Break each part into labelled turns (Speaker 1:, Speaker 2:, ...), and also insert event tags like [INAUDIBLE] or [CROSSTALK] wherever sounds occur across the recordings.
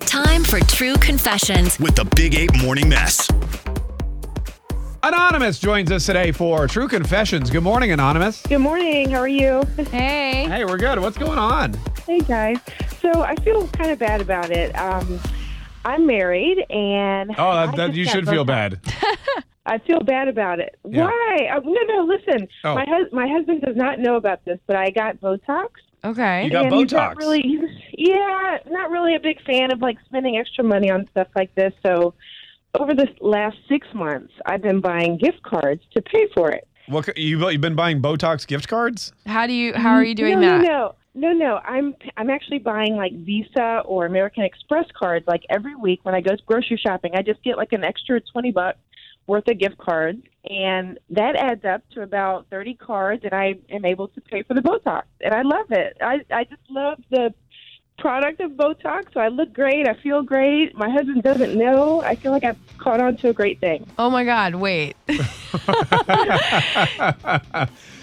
Speaker 1: time for True Confessions.
Speaker 2: with the Big Eight Morning Mess.
Speaker 3: Anonymous joins us today for True Confessions. Good morning, Anonymous.
Speaker 4: Good morning. How are you?
Speaker 5: Hey.
Speaker 3: Hey, we're good. What's going on?
Speaker 4: Hey, guys. So I feel kind of bad about it. Um, I'm married, and
Speaker 3: Oh,
Speaker 4: I
Speaker 3: that, that,
Speaker 4: just
Speaker 3: you
Speaker 4: got
Speaker 3: should feel
Speaker 4: broke-
Speaker 3: bad.
Speaker 4: I feel bad about it.
Speaker 3: Yeah.
Speaker 4: Why? Uh, no, no. Listen,
Speaker 3: Oh.
Speaker 4: my hus- my husband does not know about this, but I got Botox.
Speaker 5: Okay.
Speaker 3: You got
Speaker 4: and He's
Speaker 3: Botox.
Speaker 4: not really, he's- yeah, not really a big fan of like spending extra money on stuff like this. So over the last six months, I've been buying gift cards to pay for it.
Speaker 3: What c- you you've been buying Botox gift [LAUGHS] cards?
Speaker 5: how do you how are you
Speaker 4: no,
Speaker 5: doing that?
Speaker 4: No, no, no, no. I'm I'm actually buying like Visa or American Express cards like every week when I go grocery shopping. I just get like an extra twenty bucks worth of gift cards, and that adds up to about thirty cards, and I am able to pay for the Botox, and I love it. I I just love the product of Botox. So I look great. I feel great. My husband doesn't know. I feel like I've caught on to a great thing.
Speaker 5: Oh my
Speaker 3: [LAUGHS]
Speaker 5: god, wait.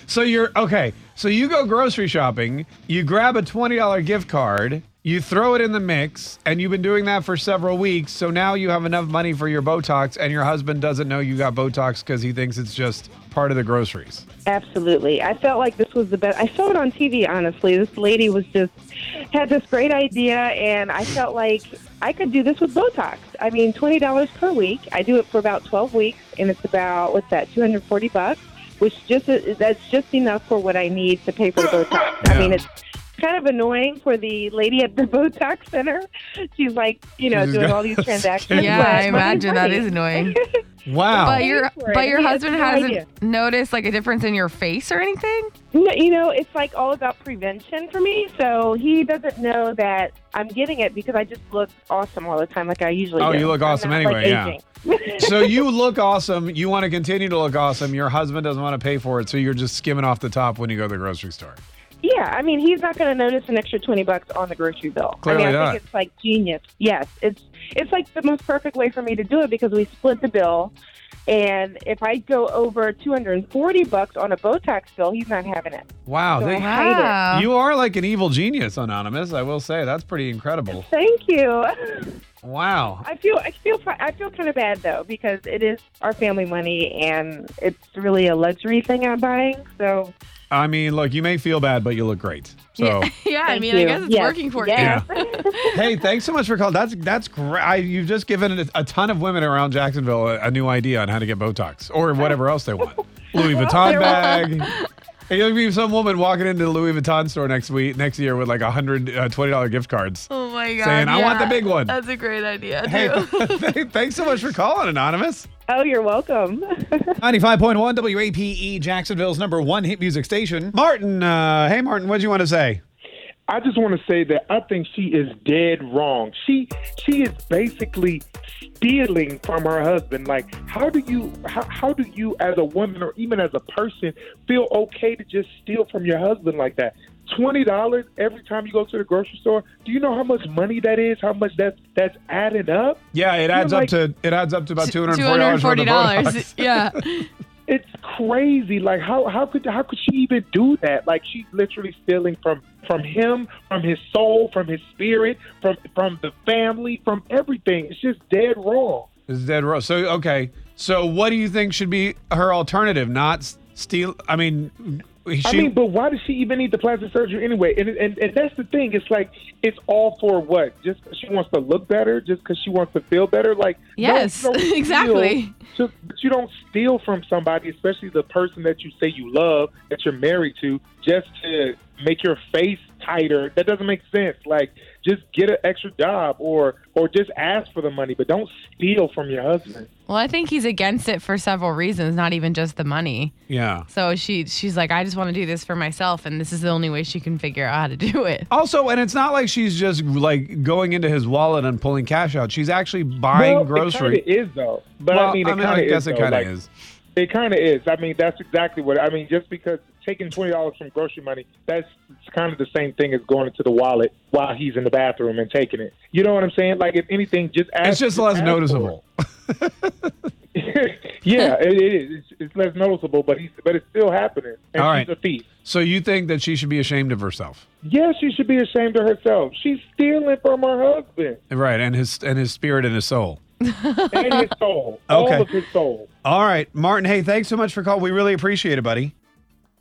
Speaker 3: so you're okay. So you go grocery shopping, you grab a $20 gift card, you throw it in the mix, and you've been doing that for several weeks. So now you have enough money for your Botox, and your husband doesn't know you got Botox because he thinks it's just part of the groceries.
Speaker 4: Absolutely. I felt like this was the best. I saw it on TV, honestly. This lady was just had this great idea, and I felt like I could do this with Botox. I mean, twenty dollars per week. I do it for about twelve weeks, and it's about what's that, two hundred forty bucks, which just that's just enough for what I need to pay for the Botox. I mean, it's kind of annoying for the lady at the [LAUGHS] Botox center. She's like, you
Speaker 3: [LAUGHS]
Speaker 4: know,
Speaker 3: She's
Speaker 4: doing
Speaker 3: got-
Speaker 4: all these transactions.
Speaker 5: Yeah,
Speaker 4: but-
Speaker 5: I imagine that is annoying.
Speaker 3: Wow.
Speaker 5: But your
Speaker 4: for it.
Speaker 5: but your
Speaker 4: He has
Speaker 5: husband
Speaker 4: no
Speaker 5: hasn't
Speaker 4: idea.
Speaker 5: noticed like a difference in your face or anything?
Speaker 4: No, you know, it's like all about prevention for me. So he doesn't know that I'm getting it because I just look awesome all the time, like I usually
Speaker 3: Oh,
Speaker 4: do.
Speaker 3: you look
Speaker 4: I'm
Speaker 3: awesome
Speaker 4: not,
Speaker 3: anyway, yeah.
Speaker 4: aging.
Speaker 3: so you look awesome. You want to continue to look awesome. Your husband doesn't want to pay for it, so you're just skimming off the top when you go to the grocery store.
Speaker 4: Yeah, I mean, he's not going to notice an extra twenty bucks on the grocery bill.
Speaker 3: Clearly
Speaker 4: I mean, I
Speaker 3: not.
Speaker 4: think it's like genius. Yes, it's it's like the most perfect way for me to do it because we split the bill, and if I go over two hundred and forty bucks on a Botox bill, he's not having it.
Speaker 3: Wow,
Speaker 4: So
Speaker 3: they-
Speaker 4: I hate it.
Speaker 5: Wow.
Speaker 3: you are like an evil genius, Anonymous. I will say that's pretty incredible.
Speaker 4: Thank you. [LAUGHS]
Speaker 3: Wow.
Speaker 4: I feel I feel I feel kind of bad though because it is our family money and it's really a luxury thing I'm buying. So
Speaker 3: I mean, look, you may feel bad, but you look great. So,
Speaker 5: [LAUGHS] yeah, I
Speaker 4: Thank
Speaker 5: mean, I
Speaker 4: you.
Speaker 5: guess it's
Speaker 4: Yes,
Speaker 5: working for
Speaker 4: yes.
Speaker 3: [LAUGHS] yeah. hey, thanks so much for calling. That's that's great. I- You've just given a, a ton of women around Jacksonville a, a new idea on how to get Botox or whatever else they [LAUGHS] want. Louis Vuitton [LAUGHS] bag. And You'll be some woman walking into the Louis Vuitton store next week, next year with like a hundred uh, twenty dollar gift cards.
Speaker 5: you. Oh my god.
Speaker 3: Saying, "I want the
Speaker 5: yeah.
Speaker 3: big one."
Speaker 5: That's a great idea.
Speaker 3: [LAUGHS]
Speaker 5: Too.
Speaker 3: Hey, th- thanks so much for calling, Anonymous.
Speaker 4: oh, you're welcome. [LAUGHS]
Speaker 3: 95.1 WAPE, E, Jacksonville's number one hit music station. Martin, uh, hey, Martin, what'd you want to say?
Speaker 6: I just want to say that I think she is dead wrong. She she is basically stealing from her husband. Like, how do you how, how do you as a woman or even as a person feel okay to just steal from your husband like that? Twenty dollars every time you go to the grocery store. Do you know how much money that is? How much that that's added up?
Speaker 3: Yeah, it adds
Speaker 6: like-
Speaker 3: up to it adds up to
Speaker 5: [LAUGHS]
Speaker 3: about two hundred forty dollars.
Speaker 5: $240. [LAUGHS] Yeah.
Speaker 6: It's crazy. Like how how could how could she even do that? Like she's literally stealing from from him, from his soul, from his spirit, from from the family, from everything. It's just dead wrong.
Speaker 3: This is dead row. So okay, so what do you think should be her alternative? Not s- steal. I mean, she.
Speaker 6: I mean, but why does she even need the plastic surgery anyway? And, and and that's the thing. It's like it's all for what? Just 'cause she wants to look better, just because she wants to feel better. Like no, you
Speaker 5: Yes,
Speaker 6: don't steal.
Speaker 5: exactly.
Speaker 6: Just, but you don't steal from somebody, especially the person that you say you love, that you're married to, just to make your face tighter. That doesn't make sense. Like just get an extra job or or just ask for the money, but don't steal from your husband.
Speaker 5: well, I think he's against it for several reasons, not even just the money.
Speaker 3: yeah.
Speaker 5: So she she's like, I just want to do this for myself, and this is the only way she can figure out how to do it.
Speaker 3: Also, and it's not like she's just like going into his wallet and pulling cash out. She's actually buying
Speaker 6: well,
Speaker 3: grocery.
Speaker 6: It kinda is though, but
Speaker 3: well,
Speaker 6: I mean, it
Speaker 3: I
Speaker 6: kinda
Speaker 3: guess
Speaker 6: is,
Speaker 3: it
Speaker 6: though.
Speaker 3: kind of
Speaker 6: Like,
Speaker 3: is.
Speaker 6: It kind of is. I mean, that's exactly what I mean. Just because taking twenty dollars from grocery money, that's it's kind of the same thing as going into the wallet while he's in the bathroom and taking it. You know what I'm saying? Like, if anything, just ask.
Speaker 3: It's just less
Speaker 6: ask for
Speaker 3: noticeable.
Speaker 6: it. [LAUGHS] Yeah, it, it is. It's, it's less noticeable, but he's, but it's still happening. And
Speaker 3: All
Speaker 6: she's
Speaker 3: right.
Speaker 6: a thief.
Speaker 3: So you think that she should be ashamed of herself,
Speaker 6: Yeah, she should be ashamed of herself. She's stealing from her husband
Speaker 3: right? And his and his spirit and his soul.
Speaker 6: and his soul,
Speaker 3: [LAUGHS] Okay.
Speaker 6: all of his soul.
Speaker 3: All right, Martin. Hey, thanks so much for calling. We really appreciate it, buddy.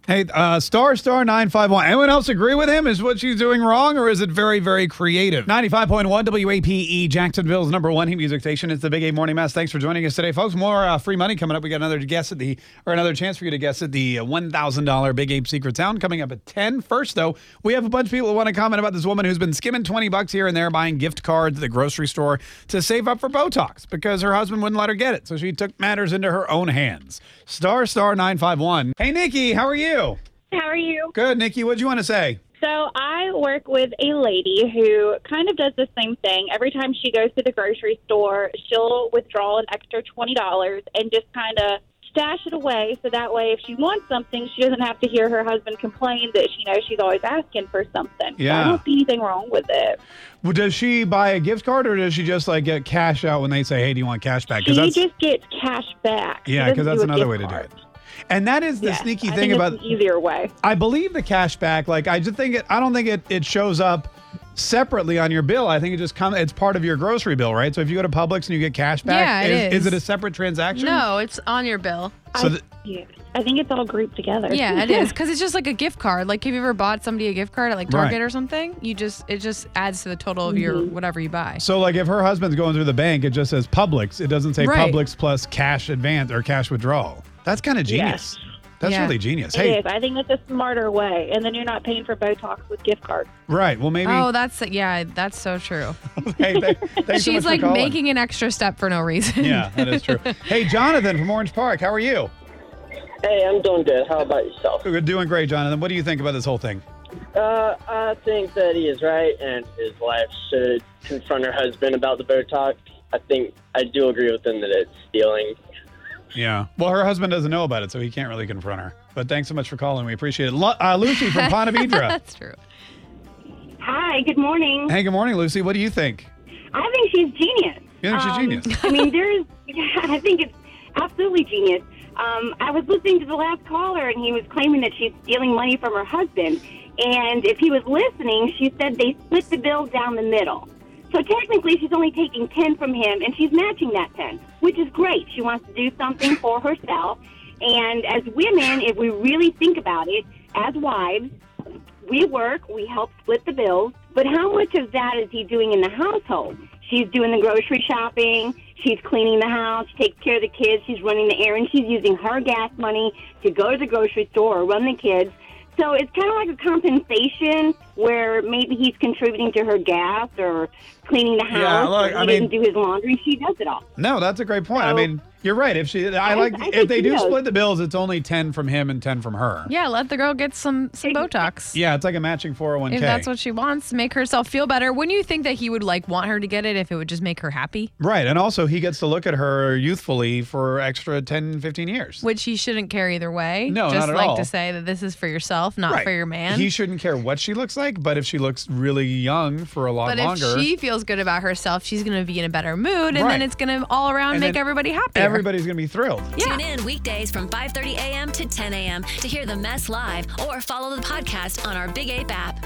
Speaker 3: Hey, uh, star star nine five one. Anyone else agree with him? Is what she's doing wrong, or is it very very creative? Ninety five point one WAPe E, Jacksonville's number one hit music station. It's the Big A Morning Mass. Thanks for joining us today, folks. More uh, free money coming up. We got another guess at the or another chance for you to guess at the uh, one thousand dollar Big Ape Secret Sound coming up at ten. First though, we have a bunch of people who want to comment about this woman who's been skimming twenty bucks here and there, buying gift cards at the grocery store to save up for Botox because her husband wouldn't let her get it, so she took matters into her own hands. Star star nine five one. Hey Nikki, how are you?
Speaker 7: How are you?
Speaker 3: Good, Nikki. What do you want to say?
Speaker 7: So I work with a lady who kind of does the same thing. Every time she goes to the grocery store, she'll withdraw an extra twenty dollars and just kind of stash it away so that way if she wants something she doesn't have to hear her husband complain that she knows she's always asking for something so
Speaker 3: Yeah.
Speaker 7: i don't see anything wrong with it
Speaker 3: Well, does she buy a gift card or does she just like get cash out when they say, "Hey, do you want cash back?"
Speaker 7: she
Speaker 3: that's
Speaker 7: just gets cash back She
Speaker 3: yeah,
Speaker 7: doesn't
Speaker 3: because that's
Speaker 7: do a
Speaker 3: another
Speaker 7: gift
Speaker 3: way to do
Speaker 7: card.
Speaker 3: it. And that is the
Speaker 7: Yeah,
Speaker 3: sneaky
Speaker 7: I
Speaker 3: thing
Speaker 7: think it's
Speaker 3: about
Speaker 7: an easier way
Speaker 3: I believe the cash back. Like I just think it. I don't think it. It shows up separately on your bill. I think it just comes. It's part of your grocery bill, right? So if you go to Publix and you get cash back,
Speaker 5: Yeah, it
Speaker 3: is,
Speaker 5: is.
Speaker 3: it a separate transaction?
Speaker 5: No, it's on your bill.
Speaker 3: So
Speaker 7: I,
Speaker 3: th-
Speaker 7: yeah, I think it's all grouped together
Speaker 3: [LAUGHS]
Speaker 5: Yeah,
Speaker 7: [LAUGHS]
Speaker 5: it is because it's just like a gift card. Like, have you ever bought somebody a gift card at like
Speaker 3: Right. Mm-hmm.
Speaker 5: Target or something? You just it just adds to the total of your whatever you buy.
Speaker 3: So like if her husband's going through the bank, it just says Publix. It doesn't say
Speaker 5: Right.
Speaker 3: Publix plus cash advance or cash withdrawal. That's kind of genius. That's
Speaker 5: Yeah.
Speaker 3: really genius.
Speaker 7: It
Speaker 3: Hey,
Speaker 7: is. I think that's a smarter way, and then you're not paying for Botox with gift cards.
Speaker 3: right. Well, maybe.
Speaker 5: Oh, that's yeah, that's so true.
Speaker 3: [LAUGHS] hey,
Speaker 5: [LAUGHS]
Speaker 3: th- [LAUGHS] thanks so much
Speaker 5: She's
Speaker 3: for
Speaker 5: like
Speaker 3: calling.
Speaker 5: making an extra step for no
Speaker 3: [LAUGHS]
Speaker 5: reason.
Speaker 3: Yeah, that is true. hey, Jonathan from Orange Park, how are you?
Speaker 8: Hey, I'm doing good. How about yourself?
Speaker 3: We're doing great, Jonathan. What do you think about this whole thing?
Speaker 8: Uh, I think that he is right, and his wife should confront her husband about the Botox. I think I do agree with him that it's stealing.
Speaker 3: Yeah. Well, her husband doesn't know about it, so he can't really confront her. But thanks so much for calling. We appreciate it. Lu- uh, Lucy
Speaker 5: [LAUGHS]
Speaker 3: from Pontevedra.
Speaker 5: [LAUGHS] that's true.
Speaker 9: Hi, good morning.
Speaker 3: hey, good morning, Lucy. What do you think?
Speaker 9: I think she's genius.
Speaker 3: You think she's
Speaker 5: Um, [LAUGHS]
Speaker 3: genius?
Speaker 9: I mean, there is, I think it's absolutely genius. Um, I was listening to the last caller, and he was claiming that she's stealing money from her husband. And if he was listening, she said they split the bill down the middle. So technically, she's only taking 10 from him, and she's matching that 10, which is great. She wants to do something for herself. And as women, if we really think about it, as wives, we work, we help split the bills, but how much of that is he doing in the household? She's doing the grocery shopping, she's cleaning the house, she takes care of the kids, she's running the errands, she's using her gas money to go to the grocery store or run the kids. So it's kind of like a compensation where maybe he's contributing to her gas or cleaning the house.
Speaker 3: Yeah, look,
Speaker 9: or
Speaker 3: I mean-
Speaker 9: he doesn't do his laundry. She does it all.
Speaker 3: No, that's a great point. I
Speaker 9: No.
Speaker 3: mean, you're right. If she, I
Speaker 9: I-
Speaker 3: like,
Speaker 9: I
Speaker 3: if
Speaker 9: think
Speaker 3: they
Speaker 9: she
Speaker 3: do
Speaker 9: knows.
Speaker 3: split the bills, it's only 10 from him and 10 from her.
Speaker 5: Yeah, let the girl get some some Botox.
Speaker 3: Yeah, it's like a matching 401k.
Speaker 5: If that's what she wants, make herself feel better. Wouldn't you think that he would like want her to get it if it would just make her happy?
Speaker 3: right. And also, he gets to look at her youthfully for extra 10, 15 years.
Speaker 5: Which he shouldn't care either way.
Speaker 3: No,
Speaker 5: just
Speaker 3: not at
Speaker 5: like
Speaker 3: all.
Speaker 5: to say that this is for yourself, not
Speaker 3: Right.
Speaker 5: for your man.
Speaker 3: He shouldn't care what she looks like, but if she looks really young for a lot
Speaker 5: But
Speaker 3: longer.
Speaker 5: if she feels good about herself, she's going to be in a better mood, and
Speaker 3: Right.
Speaker 5: then it's going to all around
Speaker 3: And
Speaker 5: make
Speaker 3: then
Speaker 5: everybody happy.
Speaker 3: Everybody's going to be thrilled.
Speaker 5: Yeah.
Speaker 1: Tune in weekdays from 5:30 a.m. to 10 a.m. to hear the mess live or follow the podcast on our Big Ape app.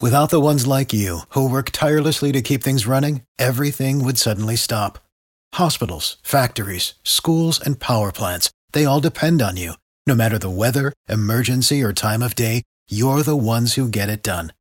Speaker 10: Without the ones like you, who work tirelessly to keep things running, everything would suddenly stop. Hospitals, factories, schools, and power plants, they all depend on you. No matter the weather, emergency, or time of day, you're the ones who get it done.